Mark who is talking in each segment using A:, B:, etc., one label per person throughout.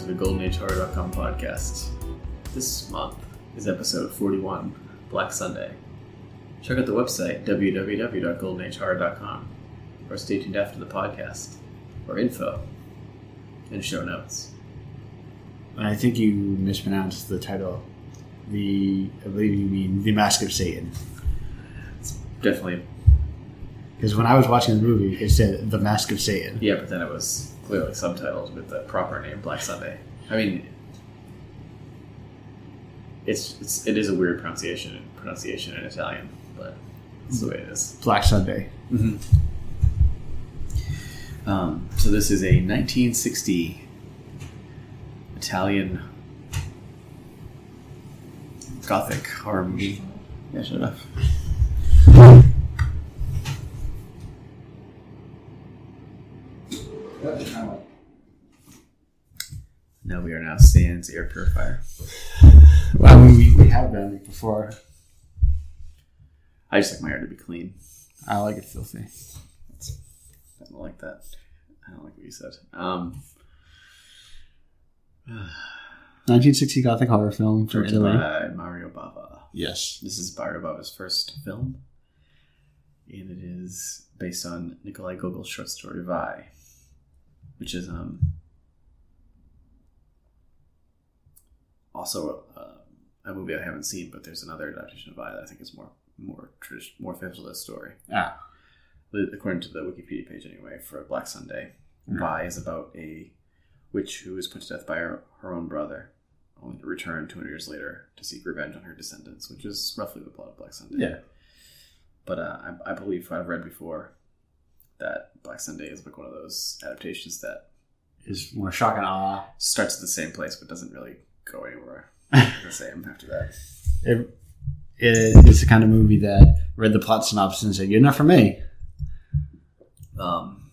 A: goldenagehorror.com podcast. This month is episode 41, Black Sunday. Check out the website, www.goldenagehorror.com, or stay tuned after the podcast for info and show notes.
B: I think you mispronounced the title. The I believe you mean the Mask of Satan.
A: Definitely,
B: Because when I was watching the movie, it said the Mask of Satan.
A: yeah, but then it was clearly subtitled with the proper name, Black Sunday. I mean, it's, it's it is a weird pronunciation pronunciation in Italian, but it's the way it is.
B: Black Sunday.
A: Mm-hmm. Um, so this is a 1960 Italian Gothic horror movie. Yeah, shut up. Now we are now Sans air purifier.
B: Well, I mean, we, we have done it before.
A: I just like my air to be clean.
B: I like it filthy.
A: I don't like that. I don't like what you said. Um,
B: 1960 Gothic horror film from
A: directed
B: Italy.
A: by Mario Bava.
B: Yes.
A: This is Barbaba's first film, and it is based on Nikolai Gogol's short story Vi, which is um also uh, a movie I haven't seen, but there's another adaptation of Vi that I think is more more tradi- more faithful to the story,
B: Ah.
A: according to the Wikipedia page anyway. For Black Sunday, Vi is about a witch who is put to death by her, her own brother, only to return 200 years later to seek revenge on her descendants, which is roughly the plot of Black Sunday.
B: Yeah.
A: But uh, I, I believe I've read before that Black Sunday is like one of those adaptations that
B: Is more shock and awe.
A: starts at the same place but doesn't really go anywhere the same after that.
B: It, it is the kind of movie that read the plot synopsis and said, "You're not for me."
A: Um,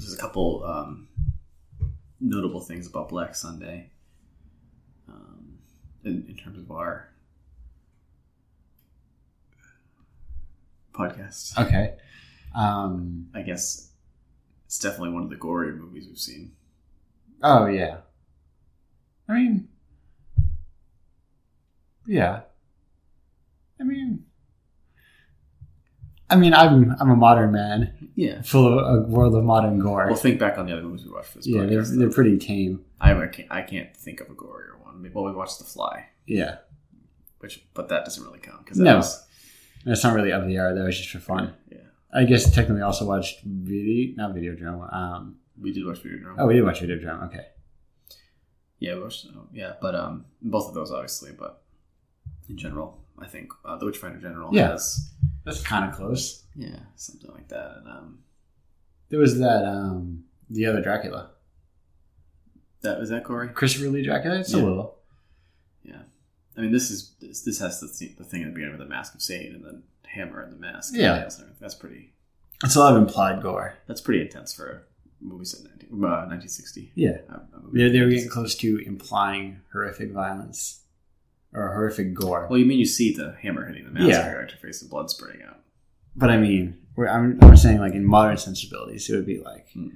A: there's a couple um, notable things about Black Sunday um, in, in terms of our podcast.
B: Okay. Um.
A: I guess it's definitely one of the gorier movies we've seen.
B: Oh yeah. I mean, yeah. I mean, I mean, I'm I'm a modern man,
A: Yeah.
B: full of a world of modern gore.
A: We'll think back on the other movies we watched for this
B: yeah, they're,
A: podcast.
B: they're pretty tame.
A: I, I can't, I can't think of a gorier one. Well, we watched The Fly,
B: Yeah,
A: which but that doesn't really count because
B: No.
A: was
B: that's not really up the air. That was just for fun.
A: Yeah,
B: I guess technically, I also watched video, not video drama. Um,
A: we did watch Video Drama.
B: oh, we did watch video drama. Okay.
A: Yeah, most, oh, yeah, but um, both of those obviously, but in general, I think uh, the Witchfinder General
B: Yeah.
A: has
B: That's kind of close.
A: yeah something like that, and um,
B: There was that um the other Dracula,
A: that was that Corey.
B: Christopher Lee Dracula. It's
A: Yeah.
B: a little.
A: I mean, this is this, this has the, th- the thing at the beginning with the Mask of Satan and the hammer and the mask. and
B: Yeah.
A: the nails and everything. that's pretty
B: It's a lot of implied gore.
A: that's pretty intense for a movie set in 19, uh, 1960.
B: Yeah.
A: Uh, a movie
B: They, they were
A: in
B: getting
A: 1960.
B: close to implying horrific violence or horrific gore.
A: Well, you mean you see the hammer hitting the mask
B: Yeah.
A: right to face and blood spurting out.
B: But I mean, we're, I'm, I'm saying like in modern sensibilities, it would be like
A: Hmm.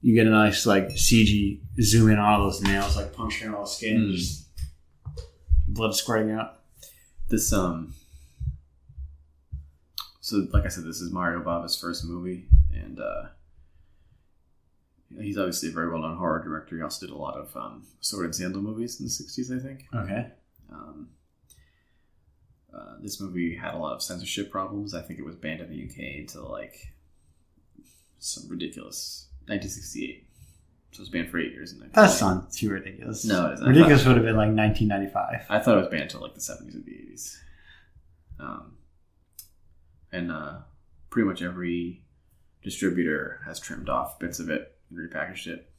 B: you get a nice like CG zoom in on all those nails, like puncturing all the skin,
A: Hmm.
B: just blood squirting out.
A: this um so like i said this is mario bava's first movie and uh he's obviously a very well-known horror director he also did a lot of um, sword and sandal movies in the 60s i think
B: Okay.
A: um, uh, this movie had a lot of censorship problems i think it was banned in the uk until like some ridiculous 1968 so it was banned for eight years in
B: That's
A: 1998.
B: not too ridiculous.
A: No, it isn't.
B: Ridiculous would have been like 1995.
A: I thought it was banned until like the seventies or the eighties. Um, and uh, pretty much every distributor has trimmed off bits of it and repackaged it.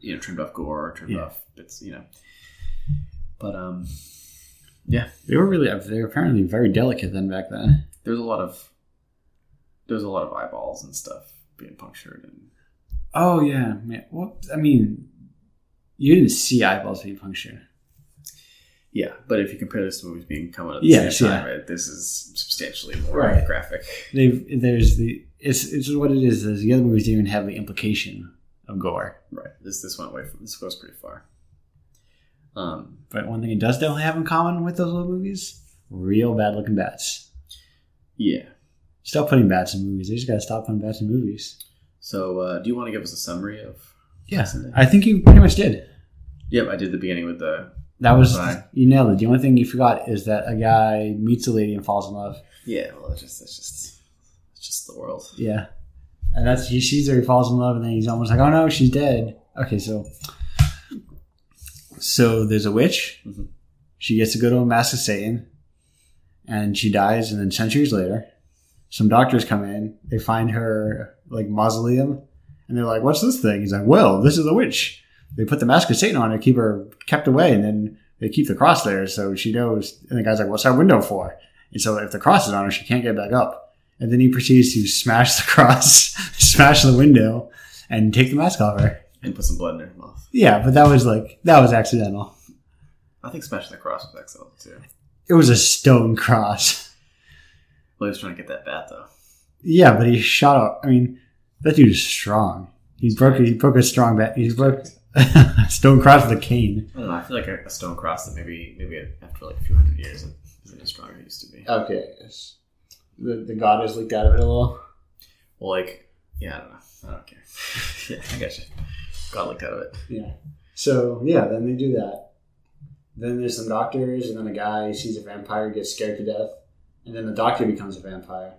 A: You know, trimmed off gore, trimmed
B: Yeah.
A: off bits. You know, but um, yeah,
B: They were really, they were apparently very delicate then back then.
A: there's a lot of there's a lot of eyeballs and stuff being punctured and
B: Oh, yeah. man. Well, I mean, you didn't see eyeballs being punctured.
A: yeah. But if you compare this to movies being come out at the
B: Yes,
A: same time, right, this is substantially more
B: Right.
A: graphic.
B: they've there's the it's it's what it is. Is the other movies didn't even have the implication of gore.
A: Right. This this went away from this goes pretty far. Um,
B: But one thing it does definitely have in common with those old movies real bad looking bats.
A: yeah.
B: Stop putting bats in movies. They just got to stop putting bats in movies.
A: So, uh, do you want to give us a summary of?
B: Yeah.
A: Sunday?
B: I think you pretty much did.
A: yep, I did the beginning with the
B: That was,
A: Right.
B: you nailed it. The only thing you forgot is that a guy meets a lady and falls in love.
A: yeah. Well, it's just it's just it's just the world.
B: Yeah. And that's, he sees her, he falls in love, and then he's almost like, oh no, she's dead. Okay, so. So there's a witch.
A: Mhm.
B: She gets to go to a mass of Satan, and she dies, and then centuries later, some doctors come in, they find her, like, mausoleum, and they're like, what's this thing? He's like, well, this is a witch. They put the mask of Satan on her, keep her kept away, and then they keep the cross there, so she knows. And the guy's like, what's that window for? And so if the cross is on her, she can't get back up. And then he proceeds to smash the cross, smash the window, and take the mask off her.
A: And put some blood in her mouth.
B: Yeah, but that was like that was accidental.
A: I think smashing the cross was excellent too.
B: It was a stone cross.
A: Well, he was trying to get that bat though.
B: Yeah, but he shot out. I mean, that dude is strong. He broke he broke a strong bat. He broke a stone cross with a cane.
A: I don't know. I feel like a, a stone cross that maybe maybe after like a few hundred years it isn't as strong as it used to be.
B: Okay, the the god has leaked out of it a little.
A: Well, like yeah, I don't know. I don't care. yeah, I got you. God looked out of it.
B: Yeah. So yeah, then they do that. Then there's some doctors, and then a guy sees a vampire, gets scared to death, and then the doctor becomes a vampire.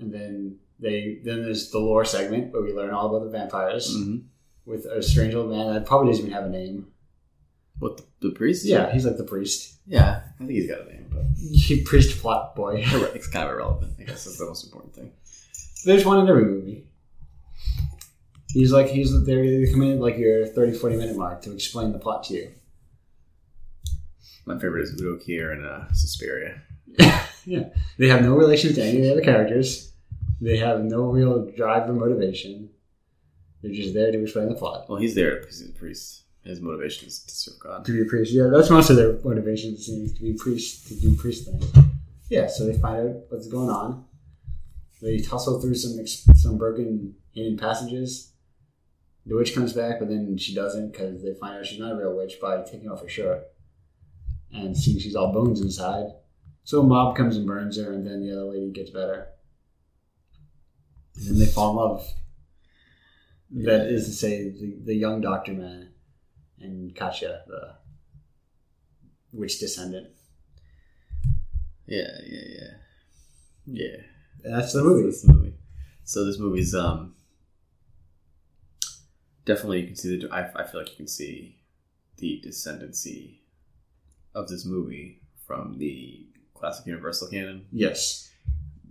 B: And then they then there's the lore segment where we learn all about the vampires
A: Mm-hmm.
B: with a strange old man that probably doesn't even have a name.
A: What the, the priest?
B: Yeah, he's like the priest,
A: yeah. I think he's got a name, but
B: he priest plot boy.
A: it's kind of irrelevant. I guess that's the most important thing.
B: There's one in every movie. He's like he's there they come in at like your 30, 40 minute mark to explain the plot to you.
A: My favorite is Udo Kier and uh, Suspiria.
B: They have no relation to any of the other characters. They have no real drive or motivation. They're just there to explain the plot.
A: Well, he's there because he's a priest. His motivation is to serve God.
B: uh, To be a priest, yeah, that's most of their motivation it seems to be priest to do priest things. Yeah, so they find out what's going on. They tussle through some ex- some broken hidden passages. The witch comes back, but then she doesn't because they find out she's not a real witch by taking off her shirt and seeing she's all bones inside. So a mob comes and burns her, and then the other lady gets better. And then they fall in love. That is to say, the, the young Doctor Man and Katya, the witch descendant.
A: Yeah, yeah, yeah, yeah.
B: And that's the movie.
A: That's the movie. So this movie's um definitely you can see the. I, I feel like you can see the descendancy of this movie from the classic Universal canon.
B: Yes.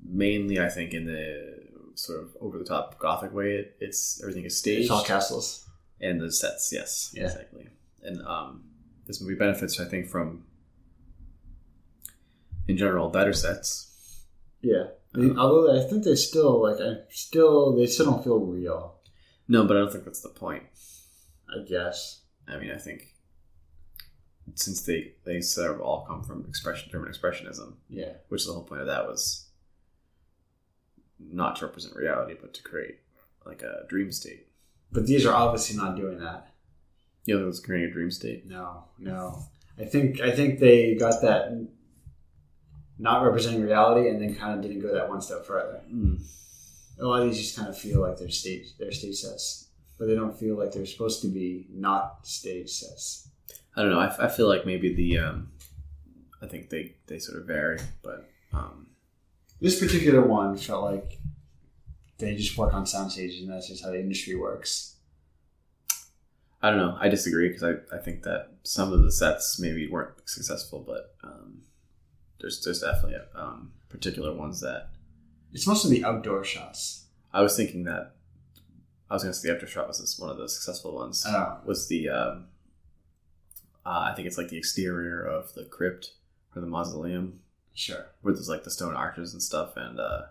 A: Mainly, I think in the sort of over the top gothic way. It, it's everything is staged.
B: It's all castles.
A: and the sets. Yes,
B: Yeah.
A: exactly. And um, this movie benefits, I think, from in general better sets.
B: Yeah. I mean, although I think they still like, I still they still don't feel real.
A: No, but I don't think that's the point.
B: I guess.
A: I mean, I think since they they sort of all come from expression German expressionism,
B: Yeah.
A: which the whole point of that was not to represent reality, but to create like a dream state.
B: But these are obviously not doing that.
A: You know, it was creating a dream state.
B: No, no. I think I think they got that not representing reality, and then kind of didn't go that one step further.
A: Mm.
B: A lot of these just kind of feel like they're stage they're stage sets, but they don't feel like they're supposed to be not stage sets.
A: I don't know. I, f- I feel like maybe the um, I think they they sort of vary, but um,
B: This particular one felt like they just work on sound stages, and that's just how the industry works.
A: I don't know. I disagree because I, I think that some of the sets maybe weren't successful, but um, there's there's definitely um, particular ones that
B: It's mostly the outdoor shots.
A: I was thinking that I was going to say the after shot was this one of the successful ones
B: Oh,
A: was the um, uh, I think it's like the exterior of the crypt or the mausoleum
B: sure.
A: where there's like the stone arches and stuff and uh,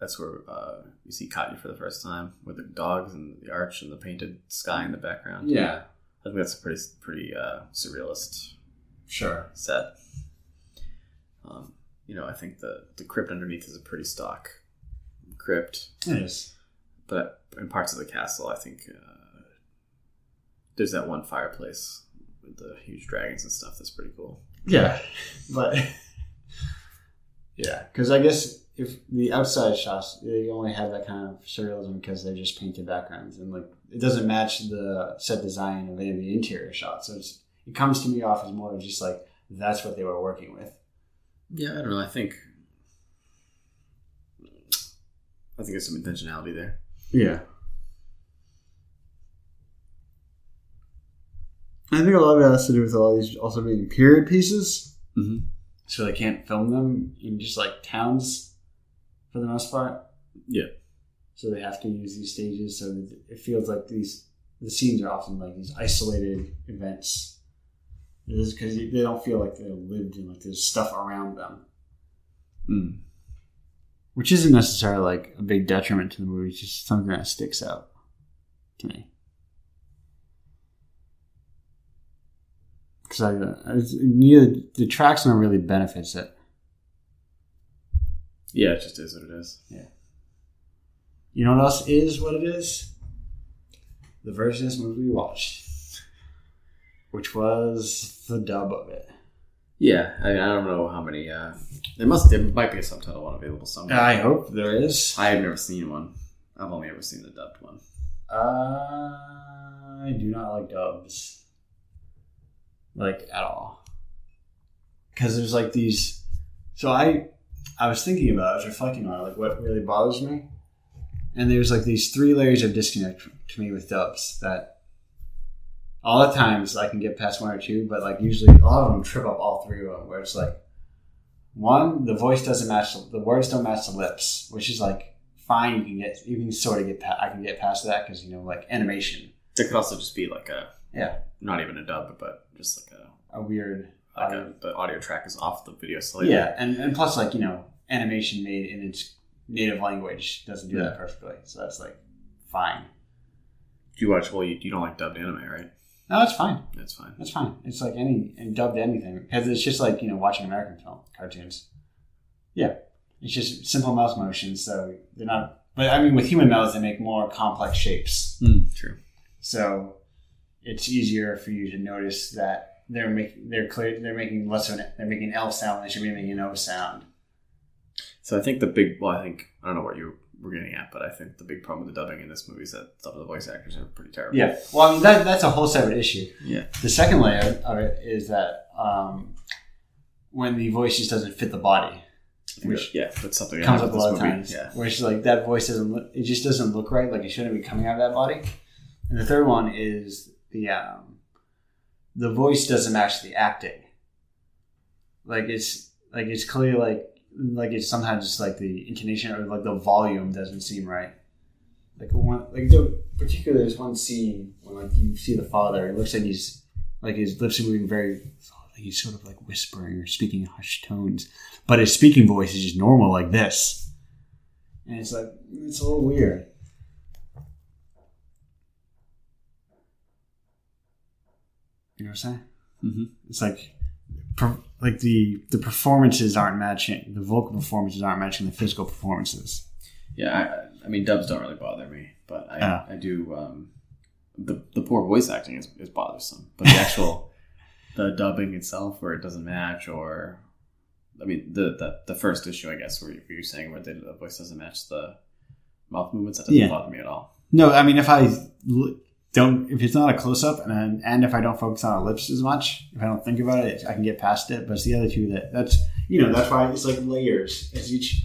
A: that's where uh, you see Katya for the first time with the dogs and the arch and the painted sky in the background.
B: Yeah,
A: I think that's a pretty pretty uh, surrealist
B: sure.
A: set. Um, you know, I think the the crypt underneath is a pretty stock crypt,
B: It is.
A: but in parts of the castle, I think uh, there's that one fireplace with the huge dragons and stuff. That's pretty cool.
B: Yeah, but yeah, because I guess if the outside shots they only have that kind of surrealism because they're just painted backgrounds and like it doesn't match the set design of any of the interior shots. So it's, it comes to me off as more of just like that's what they were working with.
A: Yeah, I don't know. I think I think there's some intentionality there.
B: Yeah. I think a lot of that has to do with all these also being period pieces,
A: Mm-hmm.
B: so they can't film them in just like towns for the most part.
A: Yeah.
B: So they have to use these stages, so that it feels like these the scenes are often like these isolated events. Because they don't feel like they're lived in, like there's stuff around them,
A: Mm.
B: which isn't necessarily like a big detriment to the movie. It's just something that sticks out to me. Because I, I it's- neither the tracks don't really benefits it.
A: Yeah, it just is what it is.
B: You know what else is what it is? The version of this movie we watched, which was the dub of it.
A: Yeah, I, I don't know how many. Uh, there must there might be a subtitle one available somewhere.
B: I hope there is.
A: I have never seen one. I've only ever seen the dubbed one.
B: I do not like dubs, like at all, because there's like these. So I, I was thinking about, it, I was reflecting on it, like what really bothers me, and there's like these three layers of disconnect to me with dubs that. All the times I can get past one or two, but like usually a lot of them trip up all three of them. Where it's like, one, the voice doesn't match the, the words don't match the lips, which is like fine. You can get you can sort of get pa- I can get past that because you know like animation,
A: It could also just be like a
B: Yeah.
A: not even a dub, but just like a
B: a weird
A: like a, the audio track is off the video slightly.
B: yeah, and and plus like you know animation made in its native language doesn't do that perfectly, so that's like fine.
A: You watch well. You, you don't like dubbed anime, right?
B: No, it's fine.
A: That's fine.
B: That's fine. It's like any and dubbed anything because it's just like you know watching American film cartoons. Yeah, it's just simple mouth motions, so they're not. But I mean, with human mouths, they make more complex shapes.
A: True.
B: So it's easier for you to notice that they're making they're clear they're making less of an they're making an L sound they should be making an O sound.
A: So I think the big well, I think I don't know what you were getting at, but I think the big problem with the dubbing in this movie is that some of the voice actors are pretty terrible.
B: Yeah. Well, I mean that that's a whole separate issue.
A: Yeah.
B: The second layer of it is that um, when the voice just doesn't fit the body,
A: I think
B: which
A: that- yeah, that's something that
B: comes up
A: happened with
B: a lot of
A: this movie.
B: times,
A: Yeah.
B: where it's like that voice doesn't look, it just doesn't look right, like it shouldn't be coming out of that body. And the third one is the um, the voice doesn't match the acting. Like it's like it's clear like like it's sometimes just like the intonation or like the volume doesn't seem right. Like one like the particularly there's one scene when like you see the father, it looks like he's like his lips are moving very like he's sort of like whispering or speaking in hushed tones, but his speaking voice is just normal like this. And it's like it's a little weird. You know what I'm saying?
A: Mm-hmm.
B: it's like per, like the the performances aren't matching the vocal performances aren't matching the physical performances
A: Yeah, I, I mean dubs don't really bother me, but I,
B: Yeah.
A: I do. Um, the the poor voice acting is, is bothersome, but the actual the dubbing itself, where it doesn't match, or I mean the the, the first issue, I guess, where you- where you're saying where the, the voice doesn't match the mouth movements, that doesn't
B: Yeah.
A: bother me at all.
B: no i mean if i l- don't if it's not a close-up and then- and if i don't focus on the lips as much if i don't think about it i can get past it but it's the other two that that's you know that's why it's like layers as each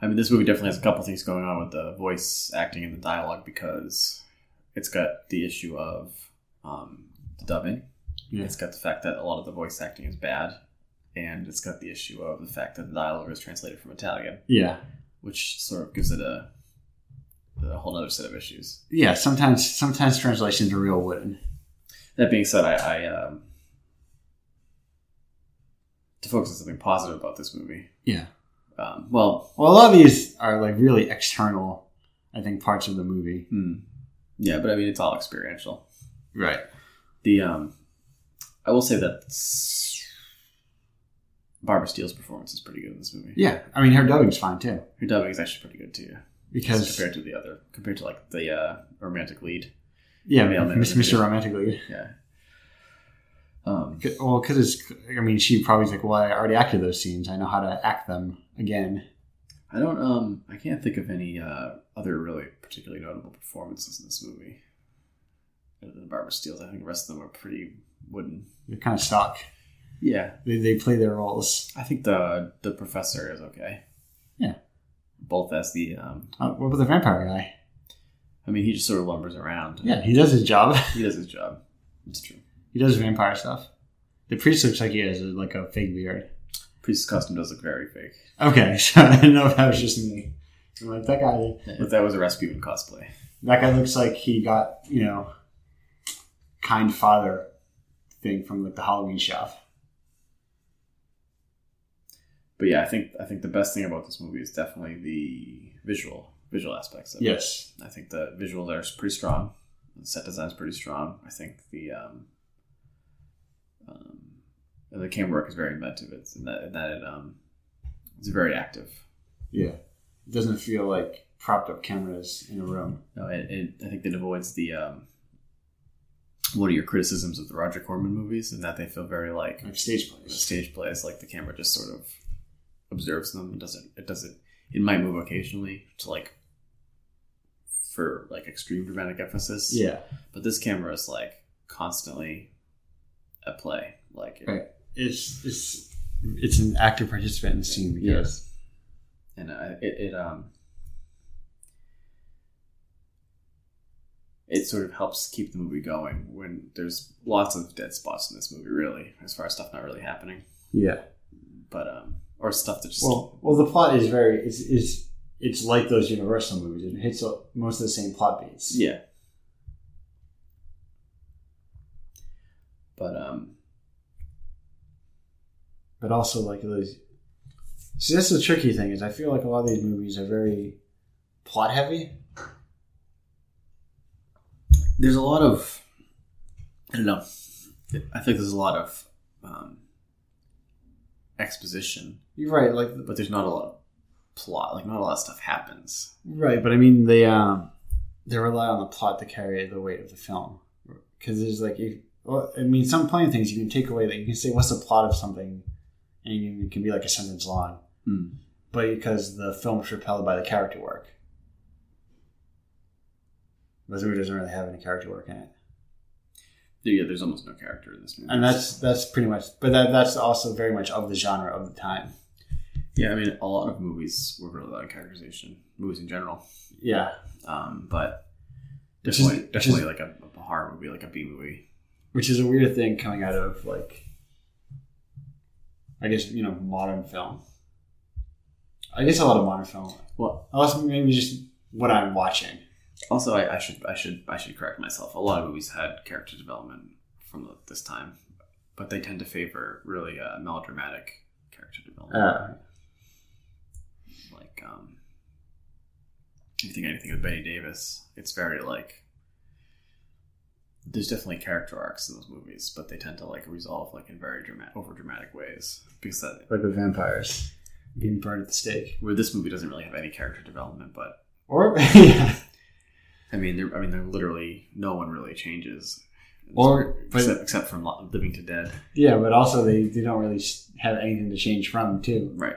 A: I mean, this movie definitely has a couple things going on with the voice acting and the dialogue because it's got the issue of um, the dubbing.
B: Yeah.
A: It's got the fact that a lot of the voice acting is bad, and it's got the issue of the fact that the dialogue is translated from Italian,
B: yeah
A: which sort of gives it a, a whole other set of issues.
B: yeah sometimes sometimes translations are real wooden
A: That being said, I, I um, to focus on something positive about this movie.
B: Yeah.
A: Um, well,
B: well a lot of these are like really external i think parts of the movie
A: hmm. yeah, but I mean, it's all experiential.
B: right
A: The um, I will say that s- Barbara Steele's performance is pretty good in this movie.
B: yeah i mean her dubbing's fine too
A: her dubbing is actually pretty good too,
B: because
A: compared to the other, compared to like the uh, romantic lead.
B: yeah
A: Male
B: Miss-
A: Manager.
B: mr romantic lead
A: Yeah, Um,
B: C- Well, because it's, I mean, she probably's like, well, I already acted those scenes. I know how to act them again.
A: I don't. Um, I can't think of any uh, other really particularly notable performances in this movie. Other than Barbara Steele's, I think the rest of them are pretty wooden.
B: They're kind of stuck.
A: Yeah,
B: They, they play their roles.
A: I think the the professor is okay.
B: Yeah.
A: both as the. Um,
B: Uh, what about the vampire guy?
A: I mean, he just sort of lumbers around.
B: Yeah, he does his job.
A: he does his job. It's true.
B: he does vampire stuff. The priest looks like he has like a fake beard.
A: Priest's costume does look very fake,
B: Okay, so I didn't know if that was just me. I'm like that guy.
A: but that was a Rasputin cosplay.
B: That guy looks like he got you know, kind father thing from like the Halloween shop.
A: But yeah, I think I think the best thing about this movie is definitely the visual visual aspects of it.
B: Yes,
A: I think the visuals are pretty strong. The set design is pretty strong. I think the um, um, the camera work is very inventive. It's in that, in that it um, it's very active.
B: yeah. It doesn't feel like propped up cameras in a room.
A: No, it, it, I think it avoids the um, what are your criticisms of the Roger Corman movies, and that they feel very like
B: Like stage plays.
A: stage plays. Like the camera just sort of observes them. It doesn't. It doesn't. It might move occasionally to like for like extreme dramatic emphasis.
B: Yeah,
A: But this camera is like constantly at play. Like it,
B: Right. it's it's it's an active participant in the scene. Yes,
A: yes, and uh, it, it um it sort of helps keep the movie going when there's lots of dead spots in this movie. Really, as far as stuff not really happening,
B: yeah.
A: but um or stuff that just
B: Well, well, the plot is very is is it's like those Universal movies. It hits a- most of the same plot beats.
A: yeah. But um
B: but also like those. See, that's the tricky thing is I feel like a lot of these movies are very plot heavy.
A: there's a lot of I don't know. I think there's a lot of um, exposition,
B: You're right, like
A: but there's not a lot of plot. Like not a lot of stuff happens.
B: right, but I mean they um they rely on the plot to carry the weight of the film because there's like if well, I mean some plain things you can take away that you can say what's the plot of something and it can be like a sentence long,
A: Mm.
B: but because the film's propelled by the character work. This movie doesn't really have any character work in it.
A: Yeah, there's almost no character in this movie.
B: and that's that's pretty much but that that's also very much of the genre of the time
A: yeah. I mean, a lot of movies were really about characterization, movies in general.
B: yeah
A: Um, but
B: Which is-
A: definitely,
B: which is-
A: definitely like a, a horror movie, like a B movie.
B: which is a weird thing coming out of like i guess you know modern film i guess a lot of modern film
A: Well,
B: unless maybe just what i'm watching
A: also, I, I should I should I should correct myself. A lot of movies had character development from the, this time, but they tend to favor really uh, melodramatic character development. like um if you think anything of Betty Davis, it's very like there's definitely character arcs in those movies, but they tend to like resolve like in very dramatic over dramatic ways because that
B: like with vampires being burned at the stake
A: where this movie doesn't really have any character development, but
B: or yeah
A: I mean there I mean there literally no one really changes.
B: Or- but-
A: except, except from Lo- Living to Dead.
B: yeah but also they, they don't really have anything to change from too
A: Right.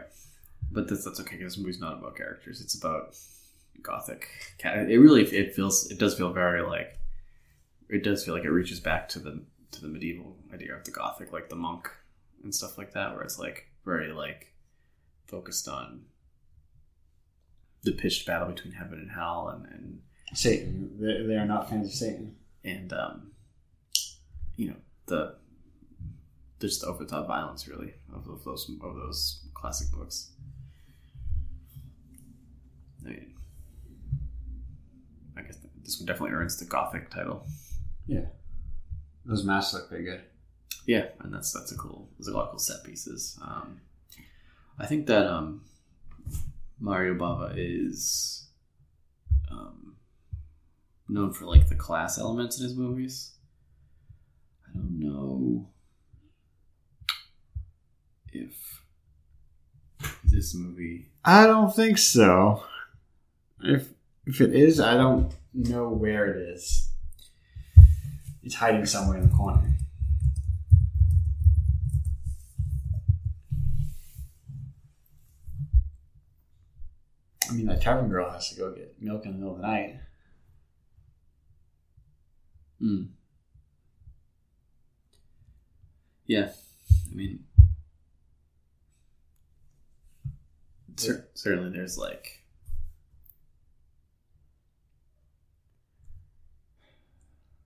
A: But that's, that's okay. 'cause This movie's not about characters. It's about gothic. ca- It really it feels it does feel very like it does feel like it reaches back to the to the medieval idea of the gothic, like the monk and stuff like that, where it's like very like focused on the pitched battle between heaven and hell, and and
B: satan they, they are not fans of satan
A: and um, you know the just the over the top violence really of, of those of those classic books. I mean, I guess this one definitely earns the Gothic title.
B: those masks look pretty good
A: Yeah, and that's that's a cool. There's a lot of cool set pieces. Um, I think that um, Mario Bava is um, known for like the class elements in his movies. I don't know if this movie.
B: I don't think so. If if it is, I don't know where it is. It's hiding somewhere in the corner.
C: mean, that tavern girl has to go get milk in the middle of the night.
A: Mm. Yeah, I mean, cer- certainly there's like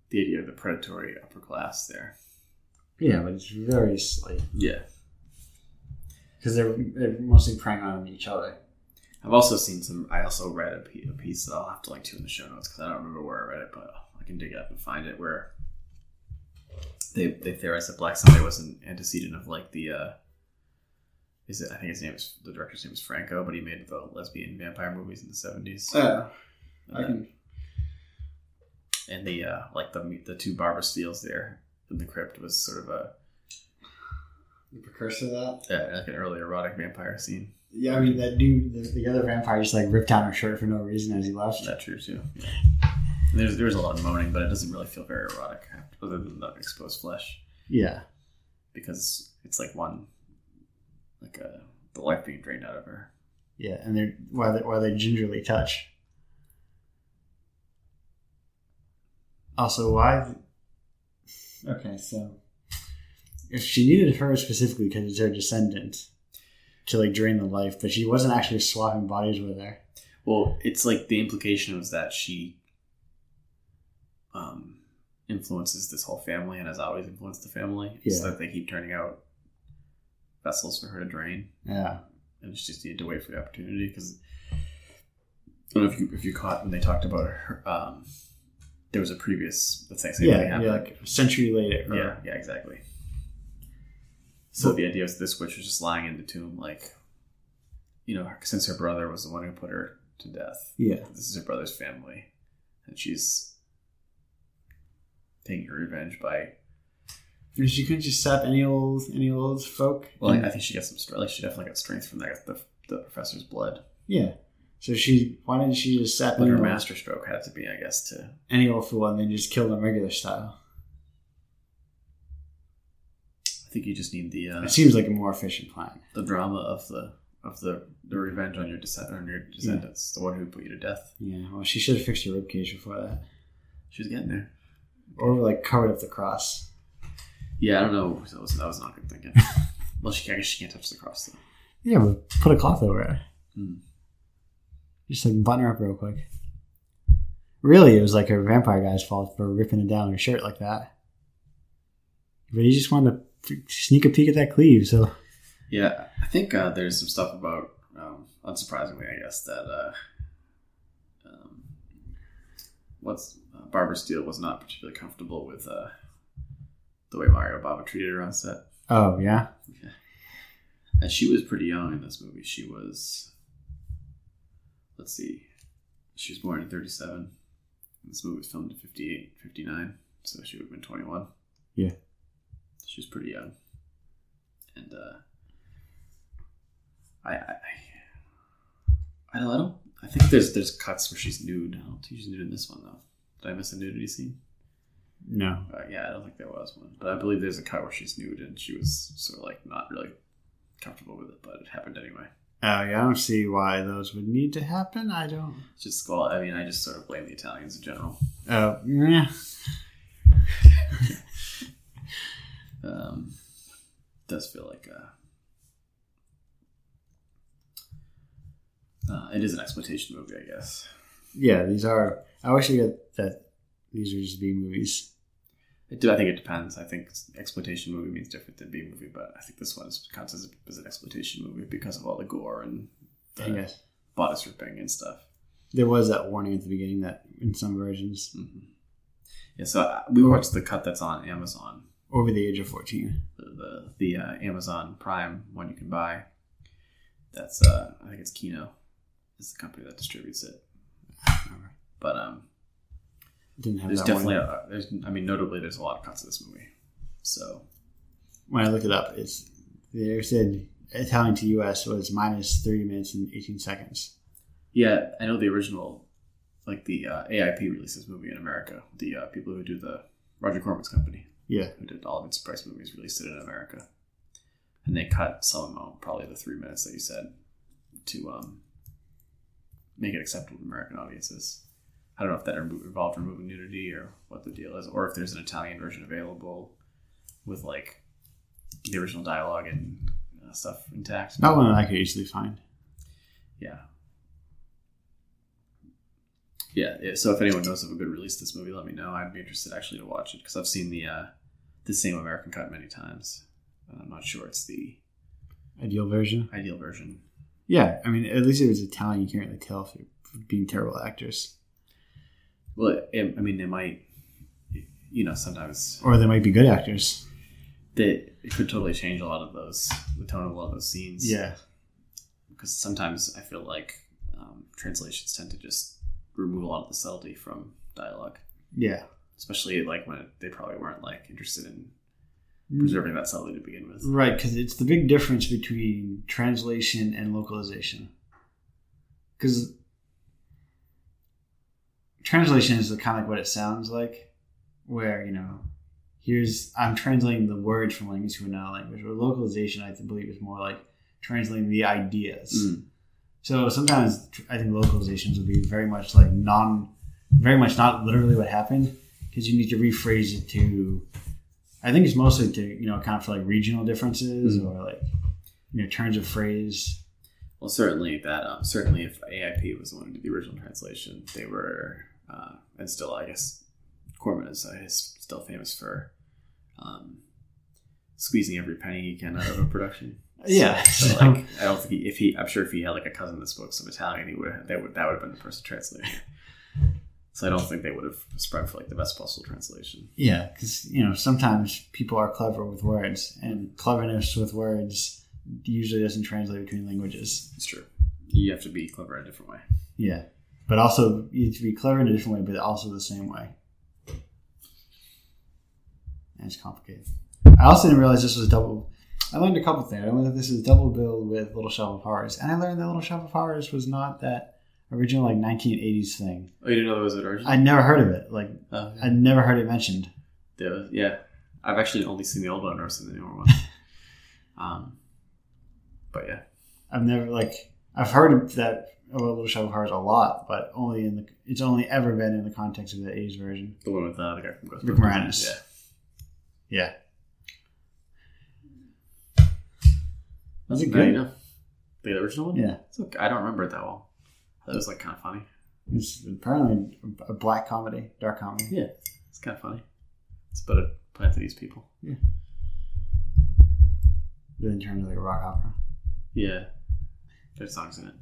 A: the idea of the predatory upper class there.
B: Yeah, but it's very slight
A: Yeah,
B: because they're they're mostly preying on each other.
A: I've also seen some. I also read a, pe- a piece that I'll have to link to in the show notes because I don't remember where I read it, but I can dig it up and find it. Where they they theorized that Black Sunday was an antecedent of like the. uh Is it? I think his name is the director's name is Franco, but he made the lesbian vampire movies in the seventies.
B: Oh,
C: Yeah,
A: and, then- and the uh like the the two barber steals there in the crypt was sort of a
B: The precursor to that.
A: uh, like an early erotic vampire scene.
B: Yeah, I mean that dude, the, the other vampire, just like ripped down her shirt for no reason as he left.
A: Is that true too? Yeah. There's there's a lot of moaning, but it doesn't really feel very erotic other than the exposed flesh
B: Yeah,
A: because it's like one like uh the life being drained out of her.
B: yeah, and they're while they while they gingerly touch. Also, why? Okay, so if she needed her specifically because it's her descendant to like drain the life, but she wasn't actually swapping bodies with her.
A: Well, it's like the implication was that she um influences this whole family and has always influenced the family.
B: Yeah.
A: So that they keep turning out vessels for her to drain.
B: Yeah,
A: and she just needed to wait for the opportunity because I don't know if you if you caught when they talked about her. Um, there was a previous the same same thing
B: yeah,
A: happened.
B: yeah, like a century later. or-
A: yeah, yeah, exactly. So the idea was this witch was just lying in the tomb, like you know, since her brother was the one who put her to death.
B: yeah,
A: This is her brother's family, and she's taking her revenge by.
B: And she couldn't just sap any old any old folk.
A: Well,
B: And-
A: I think she got some strength. Like she definitely got strength from that the, the professor's blood,
B: Yeah. So she, why didn't she just sap
A: but her
B: any, old,
A: master stroke had to be, I guess, to
B: any old fool and then just kill them regular style?
A: I think you just need the uh,
B: It seems like a more efficient plan.
A: the drama of the of the, the revenge on your descend on your descendants, the one who put you to death.
B: Yeah. Well, she should have fixed her ribcage before that,
A: She was getting there.
B: or like covered up the cross.
A: Yeah, I don't know. That was that was not good thinking. well, she I guess she can't touch the cross though.
B: Yeah, but put a cloth over it.
A: Hmm.
B: Just like button her up real quick. Really, it was like her vampire guy's fault for ripping it down her shirt like that. But he just wanted to f- sneak a peek at that cleave, so
A: Yeah, I think uh, there's some stuff about, um, unsurprisingly, I guess that uh, um, what's uh, Barbara Steele was not particularly comfortable with uh, the way Mario Bava treated her on set.
B: oh yeah,
A: And she was pretty young in this movie. She was, let's see, she was born in 37. This movie was filmed in 58, 59, so she would have been 21.
B: Yeah.
A: She was pretty young. And, uh, I, I, I don't, I don't, I think there's, there's cuts where she's nude. I don't think she's nude in this one, though. Did I miss a nudity scene?
B: no,
A: Uh, yeah, I don't think there was one, but I believe there's a cut where she's nude and she was sort of like not really comfortable with it, but it happened anyway.
B: oh yeah, I don't see why those would need to happen. I don't.
A: It's just well, I mean, I just sort of blame the Italians in general.
B: Oh, yeah.
A: Um, it does feel like a, uh, it is an exploitation movie, I guess.
B: Yeah, these are. I wish I get that these would just be movies.
A: It do. I think it depends. I think exploitation movie means different than B movie, but I think this one is counts as, as an exploitation movie because of all the gore and the
B: I guess.
A: bodice ripping and stuff.
B: There was that warning at the beginning that in some versions,
A: hmm Yeah, so uh, we watched the cut that's on Amazon,
B: over the age of 14.
A: the the, the uh, Amazon Prime one you can buy. That's uh, I think it's Kino, is the company that distributes it. But um,
B: Didn't have
A: there's
B: that
A: definitely
B: warning.
A: a, there's I mean notably there's a lot of cuts of this movie, so
B: When I looked it up, it's they said Italian to US was minus 30 minutes and 18 seconds.
A: yeah I know the original, like the uh, AIP released this movie in America. The uh, people who do the Roger Corman's company
B: Yeah.
A: who did all of its price movies released it in America. And they cut some amount, probably the three minutes that you said, to um, make it acceptable to American audiences. I don't know if that remo- involved removing nudity or what the deal is, or if there's an Italian version available with like the original dialogue and uh, stuff intact.
B: Not one I could easily find.
A: Yeah. Yeah, yeah, so if anyone knows of a good release of this movie, let me know. I'd be interested actually to watch it because I've seen the uh, the same American cut many times. And I'm not sure it's the
B: Ideal version.
A: ideal version.
B: Yeah, I mean, at least it was Italian. You can't really tell if they're being terrible actors,
A: Well, it, I mean, they might, you know, sometimes
B: or they might be good actors.
A: they, it could totally change a lot of those the tone of a lot of those scenes. because sometimes I feel like um, translations tend to just remove a lot of the subtlety from dialogue,
B: yeah.
A: especially like when they probably weren't like interested in preserving that subtlety to begin with.
B: Mm. Right, because it's the big difference between translation and localization. Because translation is kind of like what it sounds like, where you know, here's I'm translating the words from language to another language. Where localization, I believe, is more like translating the ideas.
A: Mm.
B: So sometimes tr- I think localizations would be very much like non, very much not literally what happened because you need to rephrase it to. I think it's mostly to you know account for like regional differences
A: Mhm.
B: or like you know turns of phrase.
A: Well, certainly that. Um, certainly, if AIP was the one who did the original translation, they were, uh, and still, I guess, Corman is, uh, is still famous for um, squeezing every penny he can out of a production.
B: Yeah,
A: So,
B: so-
A: like, I don't think he, if he, I'm sure if he had like a cousin that spoke some Italian, he would have, that would that would have been the person translating. it. So I don't think they would have spread for like the best possible translation.
B: yeah, because you know sometimes people are clever with words, and cleverness with words usually doesn't translate between languages.
A: It's true. You have to be clever in a different way.
B: Yeah. But also, you need to be clever in a different way, but also the same way. And it's complicated. I also didn't realize this was double. I learned a couple things. I learned that this is double billed with Little Shop of Horrors. And I learned that Little Shop of Horrors was not that original, like, 1980s thing.
A: Oh, you didn't know there was an origin?
B: I'd never heard of it. Like,
A: Oh, yeah.
B: I'd never heard it mentioned.
A: There was- yeah. I've actually only seen the old one or seen the newer one. um, but yeah,
B: I've never, like, I've heard of that of Little Shop of Horrors a lot, but only in the, it's only ever been in the context of the 80s version.
A: the one with uh, the guy from Ghostbusters.
B: Rick Moranis.
A: Yeah.
B: Yeah.
A: That's
B: Was
A: a
B: it
A: good.
B: good?
A: enough. Oh, The original one?
B: Yeah.
A: It's okay. I don't remember it that well. That was like kind of funny.
B: It's apparently a black comedy, dark comedy.
A: Yeah. It's kind of funny. It's about a plant to these people.
B: Then turned into like a rock opera.
A: Yeah. There's songs in it.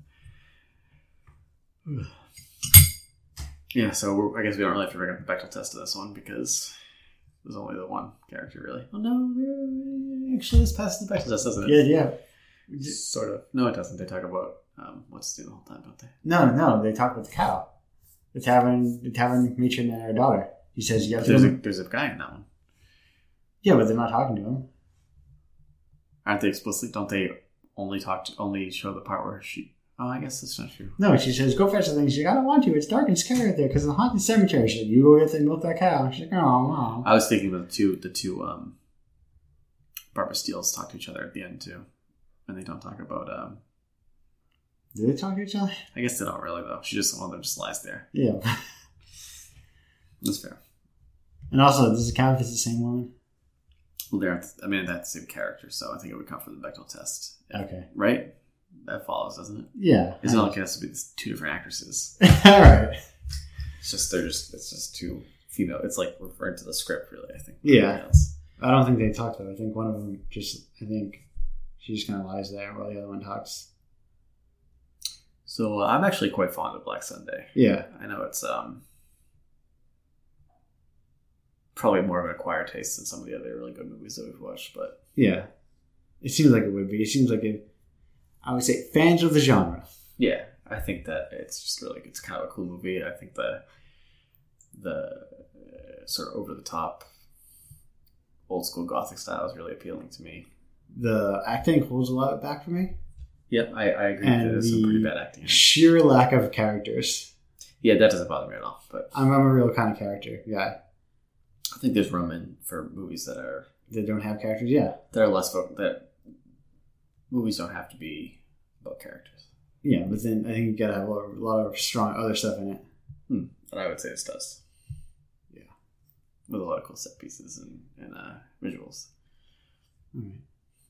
A: yeah, so we're, I guess we don't really have to bring up the Bechtel test to this one because there's only the one character, really. Oh, no. yeah, Actually, this passes the Bechtel test, doesn't
B: Yeah,
A: it?
B: yeah.
A: Sort of. No, it doesn't. They talk about um, what's to do the whole time, don't they?
B: No, no, they talk about the cow. The tavern, the tavern matron and her daughter. He says, "You got
A: There's a,
B: to."
A: there's a guy in that one.
B: Yeah, but they're not talking to him.
A: Aren't they explicitly? Don't they only talk to, only show the part where she. Oh, I guess that's not true.
B: No, she says, "Go fetch the things." She's like, "I don't want to. It's dark and scary out there because the haunted cemetery." She's like, "You go get and milk that cow." She's like, "Oh, wow."
A: I was thinking about the two the two um Barbara Steele's talk to each other at the end too. And they don't talk about um
B: Do they talk to each other?
A: I guess they don't really though. She just one of them just lies there.
B: Yeah.
A: That's fair.
B: And also, does the cow if it's the same woman?
A: Well they aren't I mean that's the same character, so I think it would come from the Bechdel test.
B: Okay.
A: Right? That follows, doesn't it?
B: Yeah.
A: It's not like it has to be two different actresses.
B: All right.
A: It's just they're just it's just two female it's like referring to the script really, I think.
B: Yeah.
A: Everything else.
B: I don't think they talk though. I think one of them just. I think she just kind of lies there while the other one talks.
A: So uh, I'm actually quite fond of Black Sunday.
B: Yeah.
A: I know it's um probably more of an acquired taste than some of the other really good movies that we've watched, but
B: Yeah. It seems like it would be. It seems like it, I would say fans of the genre.
A: yeah, I think that it's just really it's kind of a cool movie. I think the the uh, sort of over the top old school gothic style is really appealing to me.
B: The acting holds a lot back for me.
A: Yep, I, I agree.
B: And
A: that there's some pretty
B: the-
A: bad acting. in it.
B: Sheer lack of characters.
A: Yeah, that doesn't bother me at all. But
B: I'm, I'm a real kind of character guy.
A: I think there's room in for movies that are
B: They don't have characters. Yeah.
A: that are less fo- that movies don't have to be about characters.
B: yeah, but then I think you gotta have a lot of, a lot of strong other stuff in it.
A: But I would say it's Dust.
B: Yeah.
A: With a lot of cool set pieces and, and uh, visuals.
B: All right.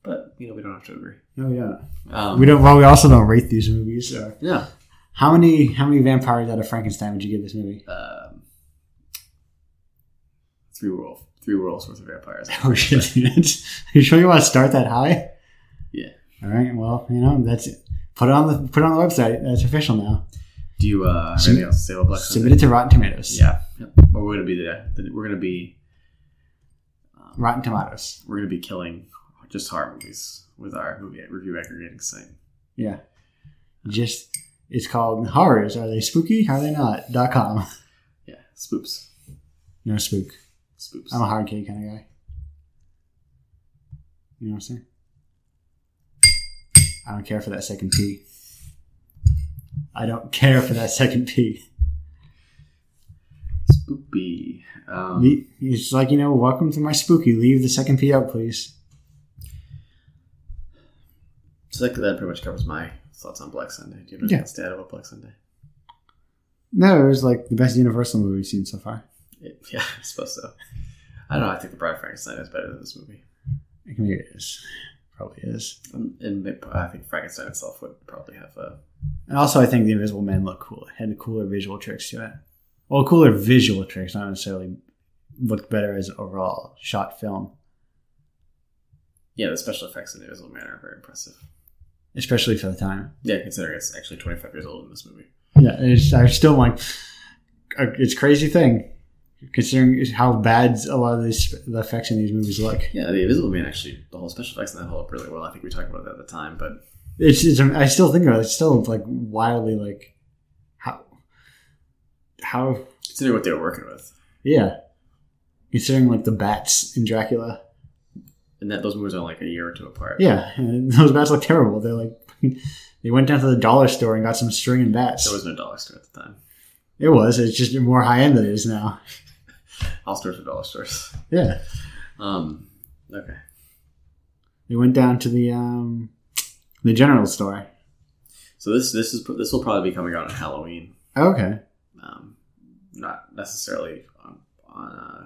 A: But, you know, we don't have to agree.
B: No, we don't.
A: Um,
B: We don't. Well, we also don't rate these movies. So.
A: Yeah.
B: How many how many vampires out of Frankenstein would you give this movie?
A: Um, three world, three worlds worth of vampires.
B: Oh shit! dude. Are you sure you want to start that high?
A: Yeah.
B: All right. Well, you know that's it. Put it on the put it on the website. That's official now.
A: Do you uh, have
B: Sub-
A: anything else to say about Black Sunday?
B: Submit it to Rotten Tomatoes.
A: Yeah. Yep. But we're gonna be there. Then We're gonna be. Um,
B: Rotten Tomatoes.
A: We're gonna be killing just horror movies with our movie review aggregating site.
B: Yeah. Just it's called horrors. Are they spooky? How are they not? Dot com.
A: Yeah. Spoops.
B: No spook.
A: Spoops.
B: I'm a hard K kind of guy. You know what I'm saying? I don't care for that second P. I don't care for that second P.
A: Spoopy. Um,
B: Le- It's like, you know, welcome to my spooky. Leave the second P out, please.
A: so that, that pretty much covers my thoughts on Black Sunday. Do you have anything
B: Yeah.
A: else to add about Black Sunday?
B: No, it was like the best Universal movie we've seen so far.
A: It- yeah, I suppose so. I don't know. I think The Bride of Frankenstein is better than this movie.
B: I mean, it is. Probably is.
A: Um, and it- I think Frankenstein itself would probably have a
B: And also, I think The Invisible Man looked cool. It had cooler visual tricks to it. Well, cooler visual tricks, not necessarily looked better as an overall shot film.
A: yeah. The special effects in the Invisible Man are very impressive.
B: especially for the time.
A: Yeah, considering it's actually 25 years old in this movie.
B: Yeah, it's, I'm still like, uh, it's a crazy thing, considering how bad a lot of these the effects in these movies look.
A: Yeah, the Invisible Man actually the whole special effects in that hold up really well. I think we talked about that at the time, but
B: It's, it's I still think about it. It's still like wildly like how how
A: considering what they were working with
B: yeah, considering like the bats in Dracula.
A: and that those movies are like a year or two apart.
B: Yeah, and those bats look terrible. They're like. They went down to the dollar store and got some string and bats.
A: There was no dollar store at the time.
B: it was. It's just more high end than it is now.
A: All stores were dollar stores.
B: Yeah.
A: Um, okay.
B: They went down to the um, the general store.
A: So this this is this will probably be coming out on Halloween.
B: Oh, Okay.
A: Um, not necessarily on, on uh,